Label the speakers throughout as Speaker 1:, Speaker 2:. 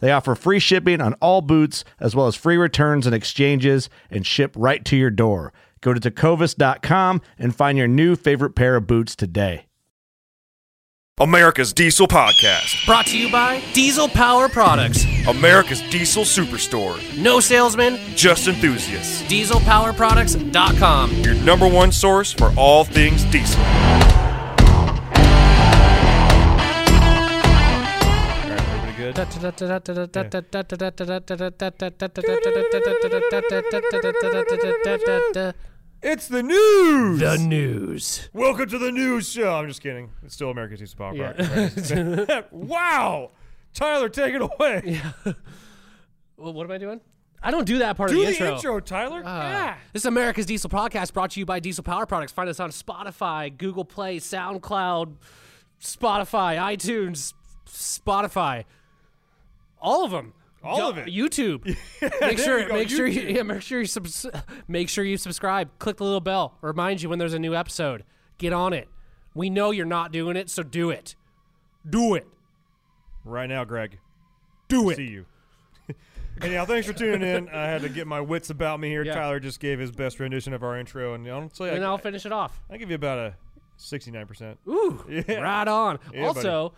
Speaker 1: They offer free shipping on all boots, as well as free returns and exchanges, and ship right to your door. Go to tecovas.com and find your new favorite pair of boots today.
Speaker 2: America's Diesel Podcast.
Speaker 3: Brought to you by Diesel Power Products.
Speaker 2: America's Diesel Superstore.
Speaker 3: No salesman,
Speaker 2: Just enthusiasts.
Speaker 3: dieselpowerproducts.com.
Speaker 2: Your number one source for all things diesel. It's the news.
Speaker 3: The news.
Speaker 2: Welcome to the news show. I'm just kidding. It's still America's Diesel Power Products. right? wow. Tyler, take it away.
Speaker 3: Well, what am I doing? I don't do that part
Speaker 2: Do
Speaker 3: of
Speaker 2: the
Speaker 3: the intro.
Speaker 2: intro, Tyler.
Speaker 3: Ah.
Speaker 2: yeah.
Speaker 3: This is America's Diesel Podcast brought to you by Diesel Power Products. Find us on Spotify, Google Play, SoundCloud, Spotify, iTunes, Spotify. All of them.
Speaker 2: All of it.
Speaker 3: YouTube. make sure
Speaker 2: you go,
Speaker 3: make sure you
Speaker 2: YouTube.
Speaker 3: yeah, make sure you subs- make sure you subscribe. Click the little bell. Reminds you when there's a new episode. Get on it. We know you're not doing it, so do it. Do it.
Speaker 2: Right now, Greg.
Speaker 3: Do
Speaker 2: See
Speaker 3: it.
Speaker 2: you. Anyhow, thanks for tuning in. I had to get my wits about me here.
Speaker 3: Yeah.
Speaker 2: Tyler just gave his best rendition of our intro, and honestly,
Speaker 3: And
Speaker 2: I,
Speaker 3: I'll finish it off.
Speaker 2: I give you about a sixty-nine percent.
Speaker 3: Ooh, right on.
Speaker 2: Yeah,
Speaker 3: also,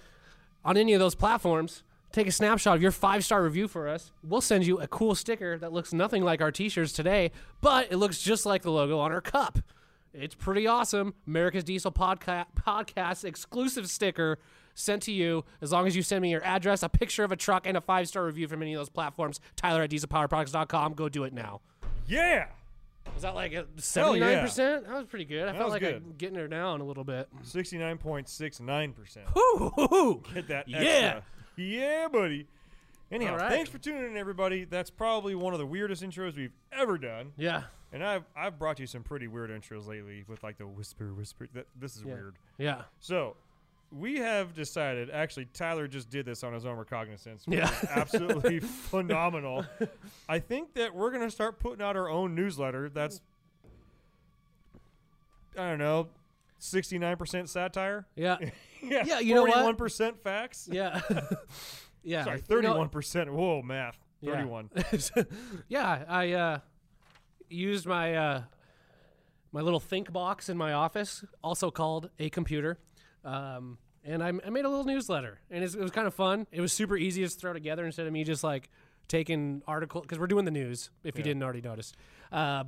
Speaker 3: on any of those platforms, take a snapshot of your five star review for us. We'll send you a cool sticker that looks nothing like our t shirts today, but it looks just like the logo on our cup. It's pretty awesome. America's Diesel Podca- Podcast exclusive sticker sent to you as long as you send me your address, a picture of a truck, and a five star review from any of those platforms. Tyler at dieselpowerproducts.com. Go do it now.
Speaker 2: Yeah.
Speaker 3: Was that like a 79%?
Speaker 2: Hell yeah.
Speaker 3: That was pretty good. I felt
Speaker 2: was
Speaker 3: like I'm
Speaker 2: good.
Speaker 3: getting her down a little bit.
Speaker 2: Sixty-nine point six nine percent.
Speaker 3: Ooh, ooh, ooh.
Speaker 2: Hit that.
Speaker 3: Yeah.
Speaker 2: Extra. Yeah, buddy. Anyhow,
Speaker 3: All right.
Speaker 2: thanks for tuning in, everybody. That's probably one of the weirdest intros we've ever done,
Speaker 3: Yeah.
Speaker 2: and I've I've brought you some pretty weird intros lately with like the whisper, whisper. That, this is weird.
Speaker 3: Yeah.
Speaker 2: So we have decided. Actually, Tyler just did this on his own recognizance.
Speaker 3: Yeah.
Speaker 2: which is absolutely phenomenal. I think that we're gonna start putting out our own newsletter. That's I don't know, sixty nine percent satire.
Speaker 3: Yeah.
Speaker 2: Yeah,
Speaker 3: Yeah, you know what?
Speaker 2: forty-one percent facts.
Speaker 3: Yeah. yeah.
Speaker 2: Sorry,
Speaker 3: You know-
Speaker 2: thirty-one percent. Whoa, math.
Speaker 3: Yeah.
Speaker 2: Thirty-one.
Speaker 3: yeah, I uh, used my uh, my little think box in my office, also called a computer, um, and I, I made a little newsletter, and it's, it was kind of fun. It was super easy to throw together instead of me just like taking article because we're doing the news. If you didn't already notice, uh,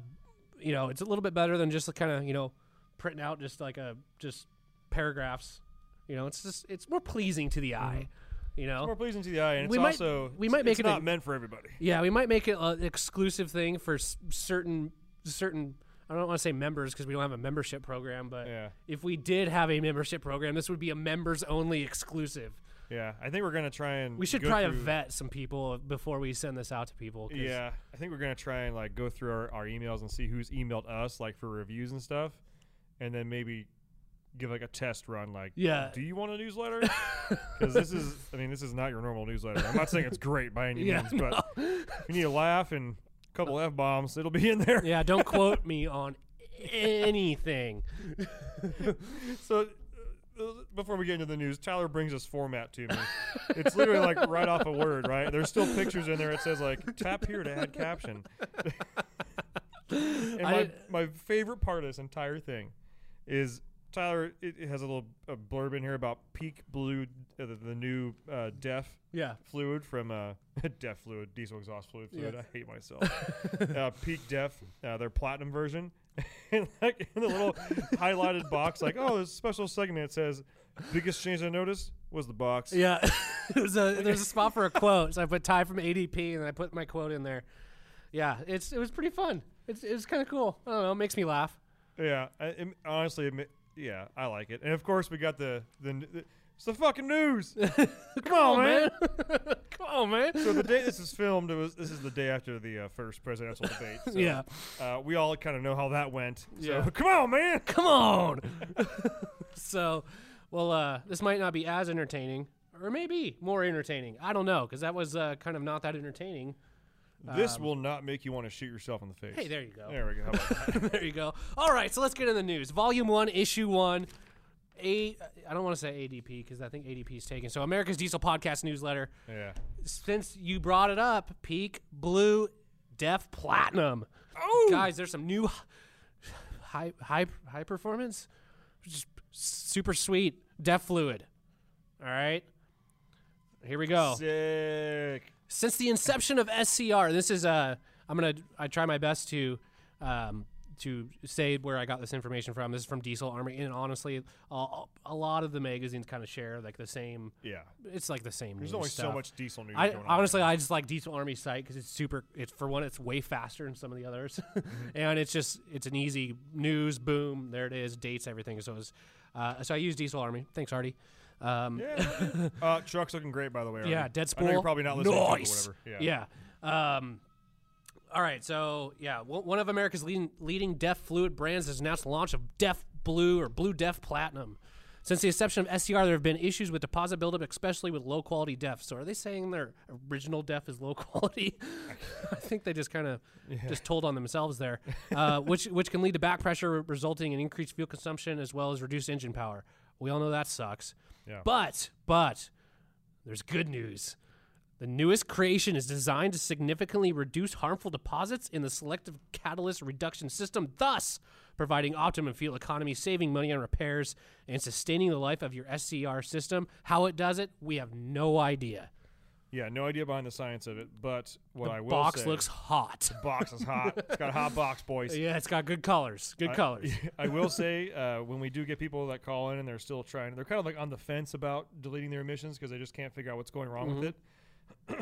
Speaker 3: you know, it's a little bit better than just kind of you know printing out just like a just paragraphs. You know, it's just it's more pleasing to the eye. You know,
Speaker 2: More pleasing to the eye, and Mm-hmm. it's
Speaker 3: We might-
Speaker 2: also
Speaker 3: we
Speaker 2: it's-
Speaker 3: might make
Speaker 2: it's
Speaker 3: it
Speaker 2: not
Speaker 3: a-
Speaker 2: meant for everybody.
Speaker 3: Yeah, we might make it an exclusive thing for s- certain certain. I don't want to say members because we don't have a membership program, but
Speaker 2: Yeah.
Speaker 3: if we did have a membership program, this would be a members only exclusive.
Speaker 2: Yeah, I think we're gonna try and
Speaker 3: We should
Speaker 2: go
Speaker 3: try to
Speaker 2: through-
Speaker 3: vet some people before we send this out to people. 'cause-
Speaker 2: Yeah, I think we're gonna try and like go through our, our emails and see who's emailed us like for reviews and stuff, and then maybe give like a test run. Like,
Speaker 3: Yeah.
Speaker 2: do you want a newsletter? Because this is, I mean, this is not your normal newsletter. I'm not saying it's great by any
Speaker 3: Yeah,
Speaker 2: means, but we need to laugh and couple f bombs. It'll be in there.
Speaker 3: Yeah, don't quote me on anything.
Speaker 2: So uh, before we get into the news, Tyler brings this format to me. it's literally like right off a word, right? There's still pictures in there. It says like tap here to add caption. and my,
Speaker 3: I-
Speaker 2: my favorite part of this entire thing is Tyler. It, it has a little a blurb in here about peak blue, uh, the, the new uh, deaf
Speaker 3: Yeah.
Speaker 2: fluid from uh, DEF fluid, diesel exhaust fluid. fluid.
Speaker 3: Yeah.
Speaker 2: I hate myself. uh, Peak DEF, uh, their platinum version. and like in the little highlighted box, like, oh, this special segment it says, biggest change I noticed was the box.
Speaker 3: Yeah, there's a there's a spot for a quote, so I put Ty from ADP, and I put my quote in there. Yeah, it's it was pretty fun. It's it was kind of cool. I don't know, it makes me laugh.
Speaker 2: Yeah, I, it- honestly, it ma- yeah, I like it. And of course, we got the the. n- the it's the fucking news. Come on, man.
Speaker 3: Come on, man.
Speaker 2: so the day this is filmed, it was this is the day after the uh, first presidential debate. So,
Speaker 3: Yeah.
Speaker 2: uh, we all kind of know how that went. So
Speaker 3: Yeah.
Speaker 2: come on, man.
Speaker 3: Come on. so, well, uh, this might not be as entertaining, or maybe more entertaining. I don't know, because that was uh, kind of not that entertaining.
Speaker 2: This will not make you want to shoot yourself in the face.
Speaker 3: Um, Hey, there you go.
Speaker 2: There we go. How about that?
Speaker 3: there you go. All right, so let's get in the news. Volume one, issue one. A, I don't want to say ADP because I think ADP is taken. So America's Diesel Podcast newsletter.
Speaker 2: yeah.
Speaker 3: Since you brought it up, Peak Blue, Def Platinum. Oh, guys, there's some new h- high high high performance, just super sweet Def Fluid. All right, here we go
Speaker 2: Sick.
Speaker 3: SCR. This is uh, I'm gonna I try my best to um, to say where I got this information from. This is from Diesel Army, and honestly, a, a lot of the magazines kind of share like the same.
Speaker 2: Yeah.
Speaker 3: It's like the same.
Speaker 2: There's
Speaker 3: news
Speaker 2: only so
Speaker 3: stuff.
Speaker 2: much diesel news
Speaker 3: I
Speaker 2: going on.
Speaker 3: honestly, I just like Diesel Army site because it's super. It's for one, it's way faster than some of the others, and it's just it's an easy news boom. There it is, dates everything. So it's uh, so I use Diesel Army. Thanks, Artie. Um,
Speaker 2: Yeah. uh, truck's looking great, by the way. Artie.
Speaker 3: yeah, dead
Speaker 2: I know
Speaker 3: spool.
Speaker 2: you're probably not listening
Speaker 3: nice.
Speaker 2: to it or whatever.
Speaker 3: Yeah. Um, all right. So yeah, one one of America's leading leading deaf fluid brands has announced the launch of Deaf Blue or Blue Deaf Platinum. Since the inception of SCR, there have been issues with deposit buildup, especially with low quality deaf. So are they saying their original deaf is low quality? I think they just kind of just told on themselves there, uh, which which can lead to back pressure, resulting in increased fuel consumption as well as reduced engine power. We all know that sucks.
Speaker 2: Yeah.
Speaker 3: But but there's good news. The newest creation is designed to significantly reduce harmful deposits in the selective catalyst reduction system, thus providing optimum fuel economy, saving money on repairs, and sustaining the life of your SCR system. How it does it, we have no idea.
Speaker 2: Yeah, no idea behind the science of it, but what I will
Speaker 3: Box
Speaker 2: say,
Speaker 3: looks hot.
Speaker 2: box is hot. it's got a hot box, boys.
Speaker 3: yeah, it's got good colors. Good colors.
Speaker 2: I will say uh, when we do get people that call in and they're still trying, they're kind of like on the fence about deleting their emissions because they just can't figure out what's going wrong with it.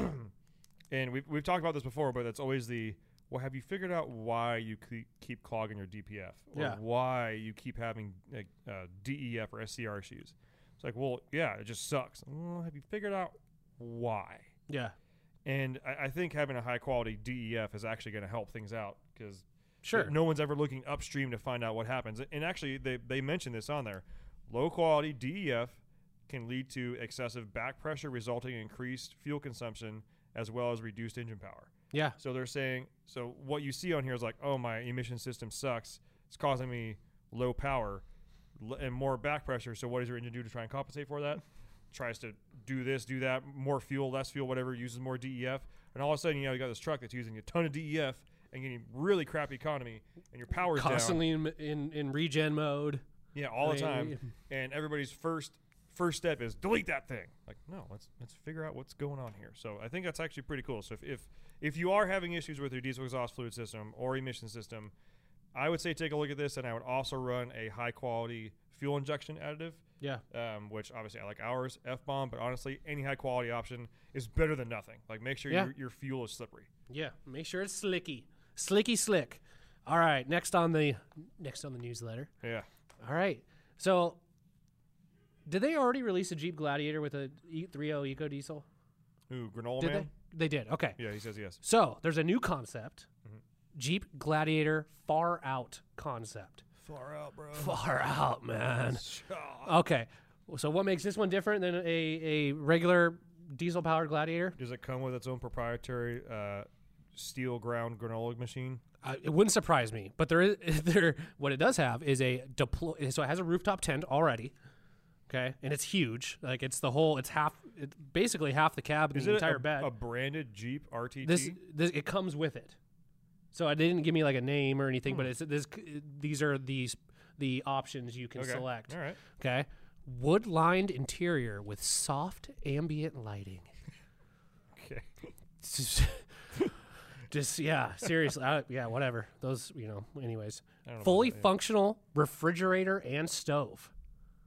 Speaker 2: and we've, we've talked about this before, but that's always the well, have you figured out why you ke- keep clogging your DPF or
Speaker 3: Yeah.
Speaker 2: why you keep having like, uh, DEF or SCR issues? It's like, well, yeah, it just sucks. "Well, have you figured out why?
Speaker 3: Yeah.
Speaker 2: And I, I think having a high quality DEF is actually going to help things out because
Speaker 3: Sure.
Speaker 2: no one's ever looking upstream to find out what happens. And actually, they, they mentioned this on there. Low quality DEF can lead to excessive back pressure, resulting in increased fuel consumption as well as reduced engine power.
Speaker 3: Yeah.
Speaker 2: So they're saying, so what you see on here is like, oh, my emission system sucks. It's causing me low power l- and more back pressure. So what does your engine do to try and compensate for that? Tries to do this, do that, more fuel, less fuel, whatever, uses more DEF. And all of a sudden, you know, you got this truck that's using a ton of DEF and getting really crappy economy and your power's down.
Speaker 3: Constantly in, in, in regen mode.
Speaker 2: Yeah, all the
Speaker 3: I
Speaker 2: time.
Speaker 3: mean,
Speaker 2: And everybody's first first step is delete that thing. Like, no, let's let's figure out what's going on here. So I think that's actually pretty cool. So if if, if you are having issues with your diesel exhaust fluid system or emission system, I would say take a look at this, and I would also run a high quality fuel injection additive.
Speaker 3: Yeah.
Speaker 2: Um, which obviously I like ours, F bomb, but honestly, any high quality option is better than nothing. Like, make sure
Speaker 3: Yeah.
Speaker 2: your, your fuel is slippery.
Speaker 3: Yeah, make sure it's slicky, slicky slick. All right, next on the next on the newsletter.
Speaker 2: Yeah.
Speaker 3: All right, so did they already release a Jeep Gladiator with a E- 3.0 Eco Diesel?
Speaker 2: Ooh, granola
Speaker 3: Did
Speaker 2: Oh, man.
Speaker 3: they? They did. Okay.
Speaker 2: Yeah, Mm-hmm. he says yes.
Speaker 3: So there's a new concept, Jeep Gladiator Far Out concept.
Speaker 2: Far out, bro.
Speaker 3: Far out, man. Okay, so what makes this one different than a a regular diesel powered Gladiator?
Speaker 2: Does it come with its own proprietary uh, steel ground granola machine.
Speaker 3: Uh, it wouldn't surprise me, but there is there. What it does have is a deploy. So it has a rooftop tent already. Okay, and it's huge. Like it's the whole. It's half. It's basically half the cab and
Speaker 2: Is
Speaker 3: the
Speaker 2: it
Speaker 3: entire
Speaker 2: a,
Speaker 3: bed.
Speaker 2: a branded Jeep RTT?
Speaker 3: this, this it comes with it. So I- they didn't give me like a name or anything,
Speaker 2: Hmm.
Speaker 3: but it's this. c- These are these the options you can
Speaker 2: Okay.
Speaker 3: select.
Speaker 2: All right.
Speaker 3: Okay, wood lined interior with soft ambient lighting.
Speaker 2: Okay.
Speaker 3: Just- just yeah seriously I, yeah whatever those you know anyways
Speaker 2: I don't know about
Speaker 3: fully
Speaker 2: that, yeah.
Speaker 3: functional refrigerator and stove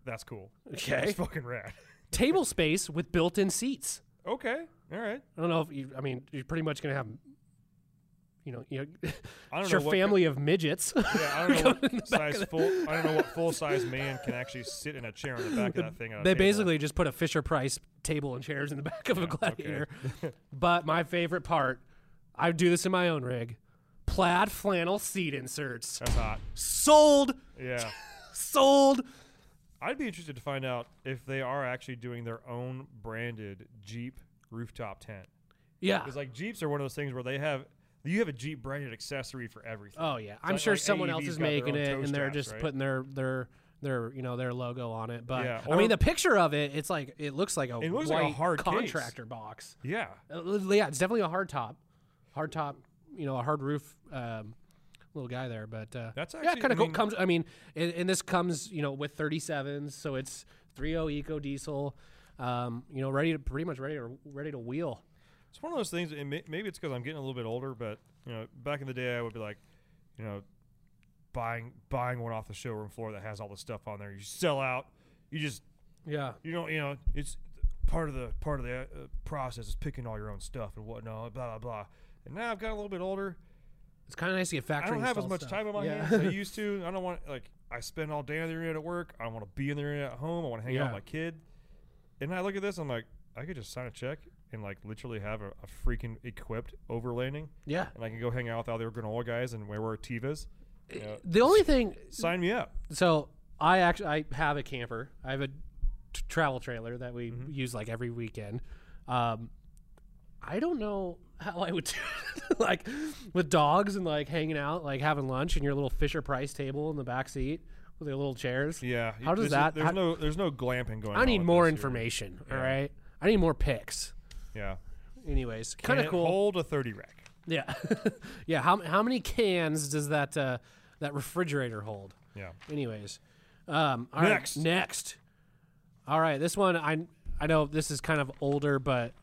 Speaker 2: That's cool.
Speaker 3: Okay.
Speaker 2: That's fucking rad.
Speaker 3: table space with built-in seats
Speaker 2: Okay. All right.
Speaker 3: i don't know if you i mean you're pretty much gonna have you know you know
Speaker 2: I don't
Speaker 3: it's
Speaker 2: know
Speaker 3: your
Speaker 2: what-
Speaker 3: family of midgets
Speaker 2: Yeah, I don't know what size full. I don't know what full size man can actually sit in a chair on the back of that thing. at a
Speaker 3: they
Speaker 2: table.
Speaker 3: basically just put a fisher price table and chairs in the back of a gladiator but my favorite part i do this in my own rig plaid flannel seat inserts
Speaker 2: That's hot.
Speaker 3: sold
Speaker 2: Yeah.
Speaker 3: sold
Speaker 2: I'd be interested to find out if they are actually doing their own branded Jeep rooftop tent.
Speaker 3: yeah
Speaker 2: Because like Jeeps are one of those things where they have you have a Jeep branded accessory for everything.
Speaker 3: Oh yeah,
Speaker 2: like-
Speaker 3: I'm sure
Speaker 2: like
Speaker 3: someone else
Speaker 2: AEV's
Speaker 3: is
Speaker 2: got their
Speaker 3: making
Speaker 2: own
Speaker 3: it,
Speaker 2: toe
Speaker 3: and they're
Speaker 2: straps,
Speaker 3: just
Speaker 2: right?
Speaker 3: putting their their their you know their logo on it. But
Speaker 2: Yeah,
Speaker 3: I mean,
Speaker 2: or-
Speaker 3: the picture of it, it's like it looks like a
Speaker 2: It looks
Speaker 3: white
Speaker 2: like a hard case.
Speaker 3: contractor box.
Speaker 2: Yeah.
Speaker 3: Uh, li- yeah, it's definitely a hard top, hard top. You know, a hard roof. Um, little guy there, but uh,
Speaker 2: That's
Speaker 3: yeah,
Speaker 2: actually-
Speaker 3: kind
Speaker 2: I
Speaker 3: of cool.
Speaker 2: mean-
Speaker 3: Comes, I mean, and, and this comes you know with 37s, so it's 3.0 eco diesel. Um, you know, ready to pretty much ready to ready to wheel.
Speaker 2: It's one of those things. And may- maybe it's because I'm getting a little bit older, but you know, back in the day, I would be like, you know, buying buying one off the showroom floor that has all the stuff on there. You sell out. You just
Speaker 3: Yeah,
Speaker 2: you don't you know it's part of the part of the uh, process is picking all your own stuff and whatnot. Blah blah blah. And now I've gotten a little bit older.
Speaker 3: it's kind of nice to get factory.
Speaker 2: I don't have as
Speaker 3: installed
Speaker 2: much
Speaker 3: stuff.
Speaker 2: time on my
Speaker 3: Yeah.
Speaker 2: hands as I used to. I don't want like I spend all day on the internet at work. I don't want to be in the internet at home. I want to hang out
Speaker 3: Yeah.
Speaker 2: with my kid. And I look at this, I'm like, I could just sign a check and like literally have a, a freaking equipped overlanding,
Speaker 3: yeah.
Speaker 2: and I can go hang out with all the granola guys and wear wear Tevas. You know,
Speaker 3: The only thing
Speaker 2: sign me up.
Speaker 3: So I actually I have a camper. I have a t- travel trailer that we
Speaker 2: Mm-hmm.
Speaker 3: use like every weekend. Um, I don't know how I would do it. like with dogs and like hanging out, like having lunch and your little Fisher Price table in the back seat with your little chairs.
Speaker 2: Yeah.
Speaker 3: How does
Speaker 2: there's-
Speaker 3: that-
Speaker 2: There's
Speaker 3: how-
Speaker 2: no. There's no glamping going.
Speaker 3: I
Speaker 2: on
Speaker 3: need
Speaker 2: with
Speaker 3: more
Speaker 2: this here.
Speaker 3: information. All
Speaker 2: Yeah.
Speaker 3: right. I need more pics.
Speaker 2: Yeah.
Speaker 3: Anyways, kind of
Speaker 2: Can't
Speaker 3: cool.
Speaker 2: Hold a thirty rack.
Speaker 3: yeah. yeah. How, how many cans does that uh, that refrigerator hold?
Speaker 2: Yeah.
Speaker 3: Anyways, um, all right,
Speaker 2: Next.
Speaker 3: next. All right, this one I I know this is kind of older, but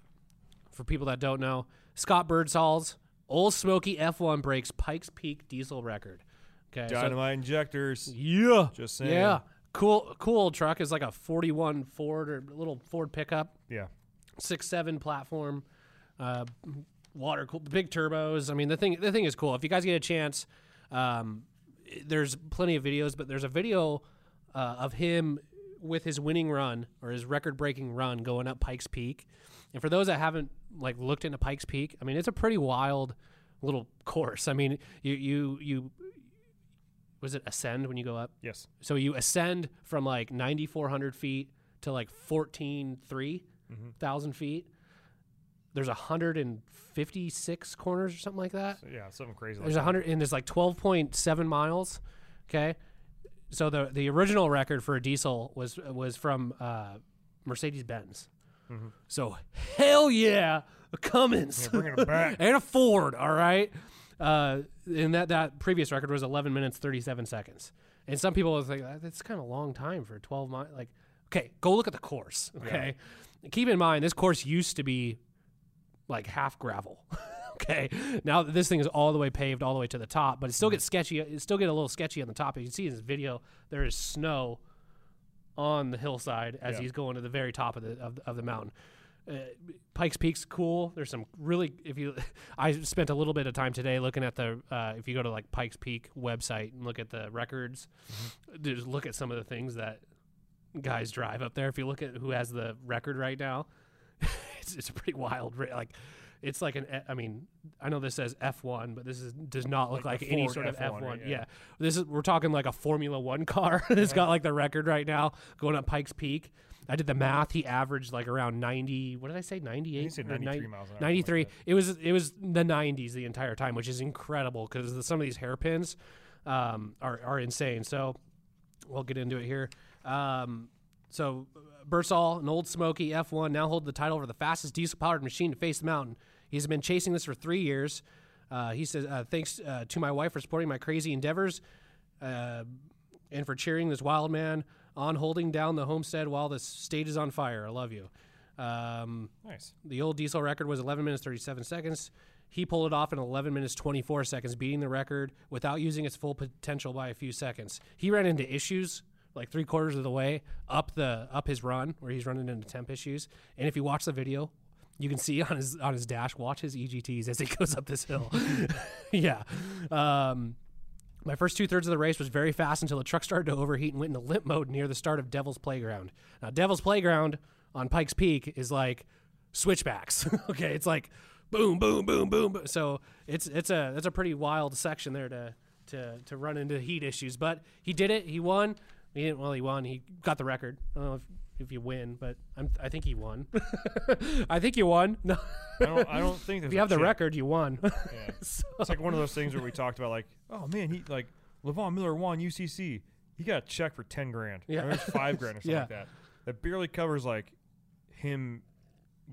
Speaker 3: for people that don't know, Scott Birdsall's Old Smoky F1 breaks Pikes Peak diesel record. Okay, so-
Speaker 2: Dynamite injectors.
Speaker 3: yeah,
Speaker 2: Just saying.
Speaker 3: Yeah, cool, cool old truck is like a forty-one Ford or little Ford pickup,
Speaker 2: Yeah.
Speaker 3: six-seven platform, uh, water cool, big turbos. I mean, the thing the thing is cool. If you guys get a chance, um, i- there's plenty of videos, but there's a video uh, of him with his winning run or his record breaking run going up Pikes Peak. And for those that haven't like looked into Pikes Peak, I mean, it's a pretty wild little course. I mean, you you you was it ascend when you go up?
Speaker 2: Yes.
Speaker 3: So you ascend from like 9,400 feet to like 14,300 feet. There's 156 corners or something like that.
Speaker 2: Yeah. Something crazy. Like
Speaker 3: There's 100 and there's like 12.7 miles. Okay. So the the original record for a diesel was was from uh, Mercedes Benz. So hell yeah, a Cummins
Speaker 2: bringing it back.
Speaker 3: and a Ford. All right, uh, and that that previous record was 11 minutes 37 seconds. And some people was like, "That- that's kind of a long time for 12 mile. Like, okay, go look at the course. Okay, keep in mind this course used to be like half gravel. okay, now this thing is all the way paved, all the way to the top, but it still gets sketchy. It still get a little sketchy on the top. You can see in this video there is snow on the hillside as
Speaker 2: Yeah.
Speaker 3: he's going to the very top of the of, the- of the mountain. Uh, Pikes Peak's cool. There's some really if you I spent a little bit of time today looking at the uh, if you go to like Pikes Peak website and look at the records, just look at some of the things that guys drive up there. If you look at who has the record right now, it's, it's a pretty wild. ra- Like, it's like an. e- I mean, I know this says F1, but this is does not look like,
Speaker 2: Like the
Speaker 3: any
Speaker 2: Ford
Speaker 3: sort of F1.
Speaker 2: F1,
Speaker 3: yeah.
Speaker 2: yeah.
Speaker 3: this is we're talking like a Formula One car. it's got like the record right now going up Pikes Peak. I did the math. He averaged like around 90. What did I say? 98.
Speaker 2: said
Speaker 3: or
Speaker 2: 93 miles
Speaker 3: 90
Speaker 2: an hour, something like
Speaker 3: 93. It was it was the 90s the entire time, which is incredible because some of these hairpins um, are are insane. So we'll get into it here. Um, so uh, Bersol, an old Smoky F1, now hold the title for the fastest diesel-powered machine to face the mountain. He's been chasing this for three years. Uh, he says, uh, "Thanks uh, to my wife for supporting my crazy endeavors, uh, and for cheering this wild man on, holding down the homestead while the state is on fire. I love you." Um,
Speaker 2: Nice.
Speaker 3: the old diesel record was 11 minutes 37 seconds. He pulled it off in 11 minutes 24 seconds, beating the record without using its full potential by a few seconds. He ran into issues like three quarters of the way up the up his run, where he's running into temp issues. And if you watch the video, you can see on his on his dash, watch his EGTs as he goes up this hill. yeah. Um, my first two thirds of the race was very fast until the truck started to overheat and went into limp mode near the start of Devil's Playground. Now, Devil's Playground on Pikes Peak is like switchbacks. okay, it's like boom, boom, boom, boom. boom. So it's it's a that's a pretty wild section there to to to run into heat issues. But he did it. He won. He didn't. Well, he won. He got the record. I don't know if, if you win, but I'm, I think he won. I think you won. No,
Speaker 2: I don't. I don't think
Speaker 3: if you have the record, you won.
Speaker 2: Yeah. It's like one of those things where we talked about, like, oh man, he like Levon Miller won UCC. He got a check for ten grand.
Speaker 3: Yeah.
Speaker 2: or it was five grand or something
Speaker 3: Yeah.
Speaker 2: like that. That barely covers like him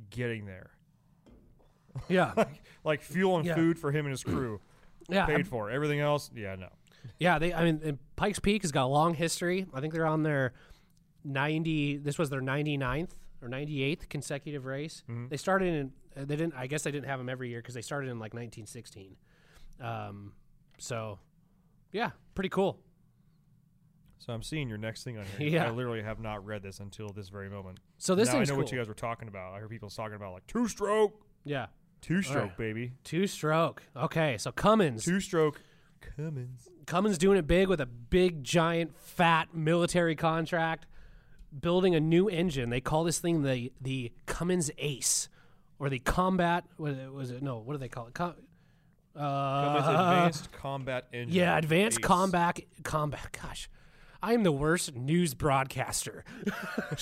Speaker 2: getting there,
Speaker 3: yeah,
Speaker 2: like fuel and
Speaker 3: Yeah.
Speaker 2: food for him and his crew
Speaker 3: yeah. I'm-
Speaker 2: paid for. Everything else, yeah, no.
Speaker 3: Yeah, they. I mean, and Pikes Peak has got a long history. I think they're on their ninety. This was their 99th or ninety eighth consecutive race.
Speaker 2: Mm-hmm.
Speaker 3: They started in. uh, They didn't. I guess they didn't have them every year because they started in like nineteen sixteen. Um, so, yeah, pretty cool.
Speaker 2: So I'm seeing your next thing on here.
Speaker 3: Yeah.
Speaker 2: I literally have not read this until this very moment.
Speaker 3: So this
Speaker 2: now I know
Speaker 3: thing's
Speaker 2: what you
Speaker 3: cool.
Speaker 2: guys were talking about. I heard people talking about like two stroke,
Speaker 3: Yeah,
Speaker 2: two stroke,
Speaker 3: right.
Speaker 2: baby,
Speaker 3: two stroke. Okay, so Cummins.
Speaker 2: two stroke. Cummins.
Speaker 3: Cummins doing it big with a big, giant, fat military contract, building a new engine. They call this thing the the Cummins Ace, or the Combat. What was it- was it? No, what do they call it? Com, uh,
Speaker 2: Cummins Advanced Combat Engine.
Speaker 3: yeah, Advanced
Speaker 2: Ace.
Speaker 3: Combat Combat. Gosh, I am the worst news broadcaster.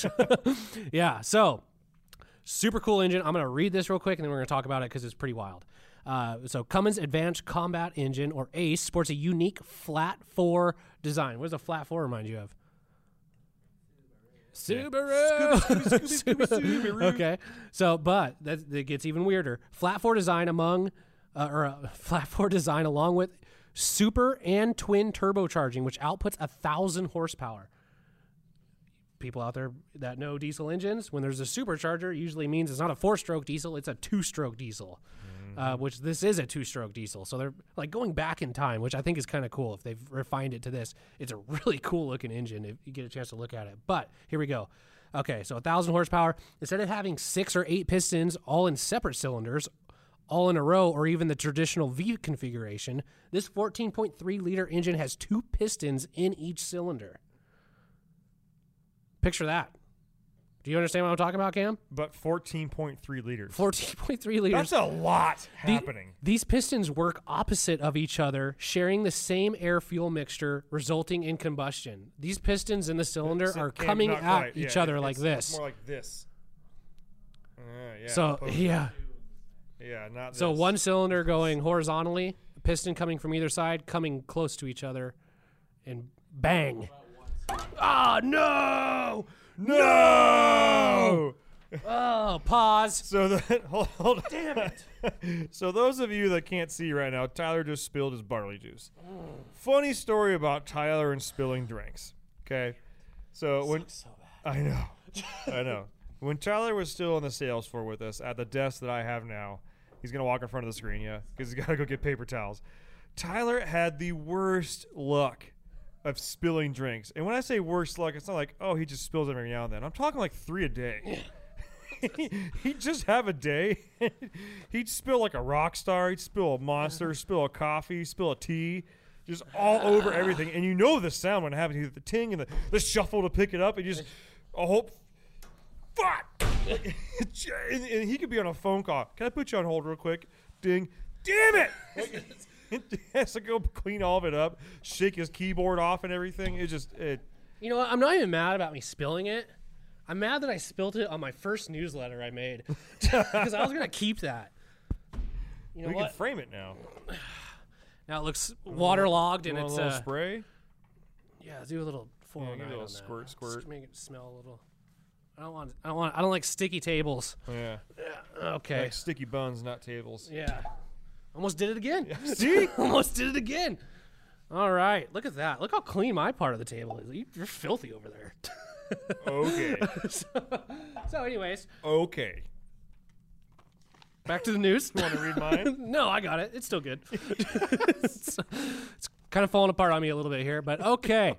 Speaker 3: yeah, so super cool engine. I'm gonna read this real quick, and then we're gonna talk about it because it's pretty wild. Uh, so Cummins Advanced Combat Engine or ACE sports a unique flat four design. What does a flat four remind you of? Subaru. okay, so but that, that gets even weirder. Flat four design among uh, or uh, flat four design along with super and twin turbocharging, which outputs a thousand horsepower people out there that know diesel engines, when there's a supercharger, it usually means it's not a four stroke diesel, it's a two stroke diesel, uh, which this is a two stroke diesel. So they're like going back in time, which I think is kind of cool if they've refined it to this. It's a really cool looking engine if you get a chance to look at it. But here we go. Okay, so 1,000 horsepower. Instead of having six or eight pistons all in separate cylinders, all in a row, or even the traditional V configuration, this 14.3 liter engine has two pistons in each cylinder. Picture that. Do you understand what I'm talking about, Cam?
Speaker 2: But 14.3 liters.
Speaker 3: 14.3 liters.
Speaker 2: That's a lot
Speaker 3: The-
Speaker 2: happening.
Speaker 3: These pistons work opposite of each other, sharing the same air fuel mixture, resulting in combustion. These pistons in the cylinder
Speaker 2: So
Speaker 3: are
Speaker 2: it can't-
Speaker 3: coming
Speaker 2: not
Speaker 3: at
Speaker 2: quite.
Speaker 3: each
Speaker 2: Yeah,
Speaker 3: other
Speaker 2: it-
Speaker 3: like
Speaker 2: it's-
Speaker 3: this.
Speaker 2: it's more like this. Uh, yeah,
Speaker 3: so,
Speaker 2: opposed-
Speaker 3: yeah.
Speaker 2: yeah, not
Speaker 3: So
Speaker 2: this.
Speaker 3: one cylinder going horizontally, a piston coming from either side, coming close to each other, and bang. Ah, no!
Speaker 2: No.
Speaker 3: Oh, pause.
Speaker 2: So that hold, hold Damn it. so those of you that can't see right now, Tyler just spilled his barley juice. Funny story about Tyler and spilling drinks. Okay. So when I know. I know. When Tyler was still on the sales floor with us at the desk that I have now, he's going to walk in front of the screen, yeah, because he's got to go get paper towels. Tyler had the worst luck of spilling drinks. And when I say worst luck, it's not like, oh, he just spills them every now and then. I'm talking like three a day. he'd just have a day. he'd spill like a rock star. He'd spill a monster, spill a coffee, spill a tea, just all over everything. And you know the sound when it happens. You hear the ting and the, the shuffle to pick it up. And just a whole fuck. Like, and, and he could be on a phone call. Can I put you on hold real quick? Ding. Damn it! Like, he has to go clean all of it up, shake his keyboard off and everything. It just it.
Speaker 3: You know what? I'm not even mad about me spilling it. I'm mad that I spilled it on my first newsletter I made because I was gonna keep that. You know
Speaker 2: we
Speaker 3: what?
Speaker 2: can frame it now.
Speaker 3: now it looks waterlogged and
Speaker 2: Want a
Speaker 3: it's
Speaker 2: little
Speaker 3: uh,
Speaker 2: spray.
Speaker 3: yeah. Do a little four
Speaker 2: give it a little squirt, squirt.
Speaker 3: Make it smell a little. I don't want. I don't want. I don't like sticky tables.
Speaker 2: Yeah,
Speaker 3: Okay.
Speaker 2: like sticky buns, not tables.
Speaker 3: Yeah. Almost did it again. See? Almost did it again. All right. Look at that. Look how clean my part of the table is. You- You're filthy over there.
Speaker 2: Okay,
Speaker 3: so, anyways,
Speaker 2: okay.
Speaker 3: back to the news.
Speaker 2: Want to read mine?
Speaker 3: no, I got it. It's still good. it's, it's kind of falling apart on me a little bit here, but okay.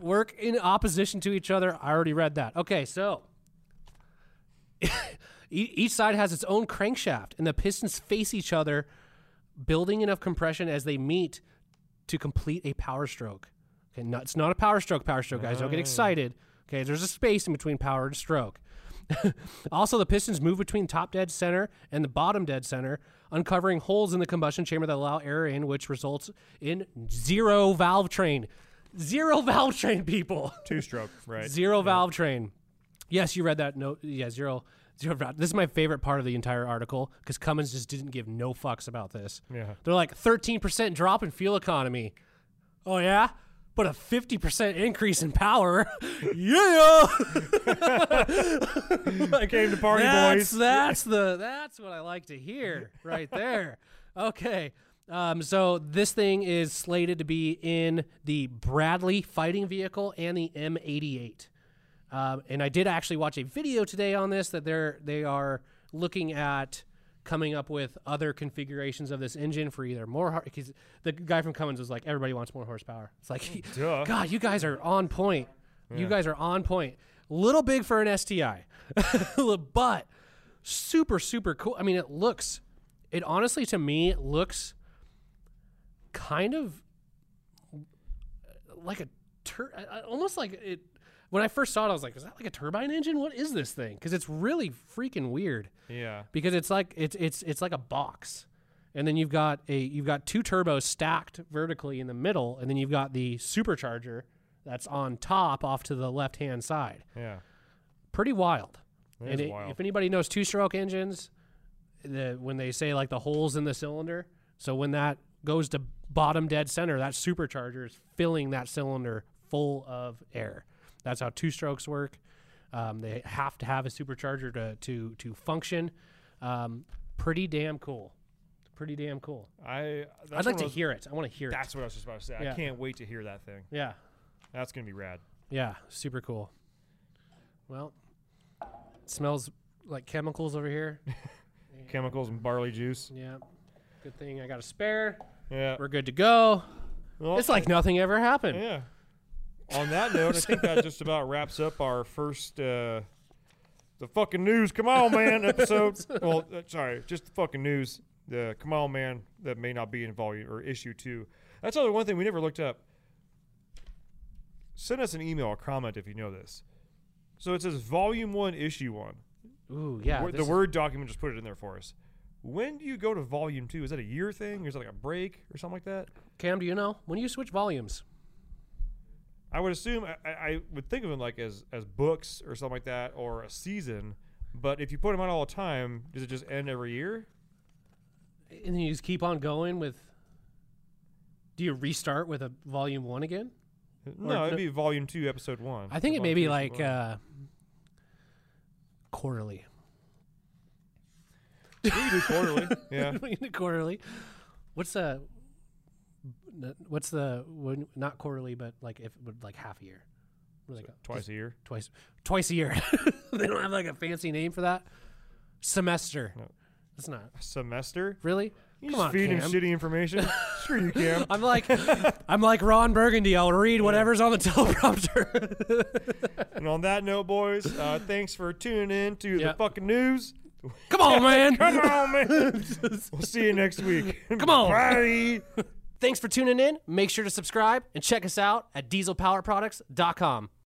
Speaker 3: Work in opposition to each other. I already read that. Okay, so e- each side has its own crankshaft, and the pistons face each other, building enough compression as they meet to complete a power stroke. Okay, no, it's not a power stroke. Power stroke, guys. Don't get excited. Okay, there's a space in between power and stroke. also, the pistons move between top dead center and the bottom dead center, uncovering holes in the combustion chamber that allow air in, which results in zero valve train. Zero valve train, people.
Speaker 2: Two stroke, right?
Speaker 3: Zero valve train. Yes, you read that note. Yeah, zero, zero valve. This is my favorite part of the entire article because Cummins just didn't give no fucks about this.
Speaker 2: Yeah.
Speaker 3: They're like 13% drop in fuel economy. Oh, yeah? But a 50% increase in power. yeah! like,
Speaker 2: Came to party,
Speaker 3: that's,
Speaker 2: boys.
Speaker 3: That's the that's what I like to hear right there. Okay. Um, so this thing is slated to be in the Bradley fighting vehicle and the M88. Um, and I did actually watch a video today on this that they're they are looking at coming up with other configurations of this engine for either more because the guy from Cummins was like everybody wants more horsepower. It's like
Speaker 2: Duh.
Speaker 3: God, you guys are on point. You guys are on point. Little big for an STI, but super super cool. I mean, it looks it honestly to me it looks kind of like a tur- I- I- almost like it when I first saw it I was like is that like a turbine engine what is this thing cuz it's really freaking weird
Speaker 2: Yeah.
Speaker 3: because it's like it's it's it's like a box and then you've got a you've got two turbos stacked vertically in the middle and then you've got the supercharger that's on top off to the left hand side
Speaker 2: Yeah.
Speaker 3: pretty wild
Speaker 2: That
Speaker 3: and
Speaker 2: is
Speaker 3: it-
Speaker 2: wild.
Speaker 3: if anybody knows two stroke engines, the, when they say like the holes in the cylinder, so when that goes to bottom dead center, that supercharger is filling that cylinder full of air. That's how two strokes work. Um, they have to have a supercharger to to to function. Um, pretty damn cool. Pretty damn cool.
Speaker 2: I.
Speaker 3: I'd
Speaker 2: That's one
Speaker 3: like to
Speaker 2: of those-
Speaker 3: hear it. I want to hear
Speaker 2: That's what I was just about to say.
Speaker 3: Yeah.
Speaker 2: I can't wait to hear that thing.
Speaker 3: it. Yeah.
Speaker 2: That's gonna be rad.
Speaker 3: Yeah, super cool. Well, it smells like chemicals over here.
Speaker 2: Chemicals and barley juice.
Speaker 3: Yeah. Good thing I got a spare.
Speaker 2: Yeah.
Speaker 3: We're good to go.
Speaker 2: Well,
Speaker 3: It's like nothing ever happened.
Speaker 2: Yeah. On that note, I think that just about wraps up our first uh the fucking news. Come on, man. Episode. Well, uh, sorry, just the fucking news. The come on, man. That may not be in volume or issue two. That's the other one thing we never looked up. Send us an email or comment if you know this. So it says volume one, issue one.
Speaker 3: Ooh, yeah.
Speaker 2: Wor-
Speaker 3: this
Speaker 2: the
Speaker 3: is-
Speaker 2: word document just put it in there for us. When do you go to volume two? Is that a year thing? Or is that like a break or something like that?
Speaker 3: Cam, do you know when do you switch volumes?
Speaker 2: I would assume I, I- I would think of them like as as books or something like that, or a season. But if you put them out all the time, does it just end every year?
Speaker 3: And then you just keep on going with. Do you restart with a volume one again?
Speaker 2: No,
Speaker 3: no-
Speaker 2: it'd be volume two, episode one.
Speaker 3: I think
Speaker 2: Or
Speaker 3: it may be
Speaker 2: volume
Speaker 3: like
Speaker 2: two, episode one.
Speaker 3: uh, quarterly. uh,
Speaker 2: we could do quarterly. Yeah,
Speaker 3: quarterly. What's the? What's the? when- Not quarterly, but like if like half a year. What do they call-
Speaker 2: twice a year.
Speaker 3: twice twice a year. they don't have like a fancy name for that. Semester.
Speaker 2: No.
Speaker 3: It's not
Speaker 2: Semester.
Speaker 3: really.
Speaker 2: You
Speaker 3: Come
Speaker 2: just
Speaker 3: on,
Speaker 2: feed him
Speaker 3: Cam.
Speaker 2: shitty information. Sure, you can.
Speaker 3: I'm like, I'm like Ron Burgundy. I'll read whatever's on the teleprompter.
Speaker 2: And on that note, boys, uh, thanks for tuning in to
Speaker 3: Yeah.
Speaker 2: the fucking news.
Speaker 3: Come on,
Speaker 2: Come
Speaker 3: man.
Speaker 2: on, man. we'll see you next week.
Speaker 3: Come on.
Speaker 2: Bye.
Speaker 3: Thanks for tuning in. Make sure to subscribe and check us out at DieselPowerProducts.com.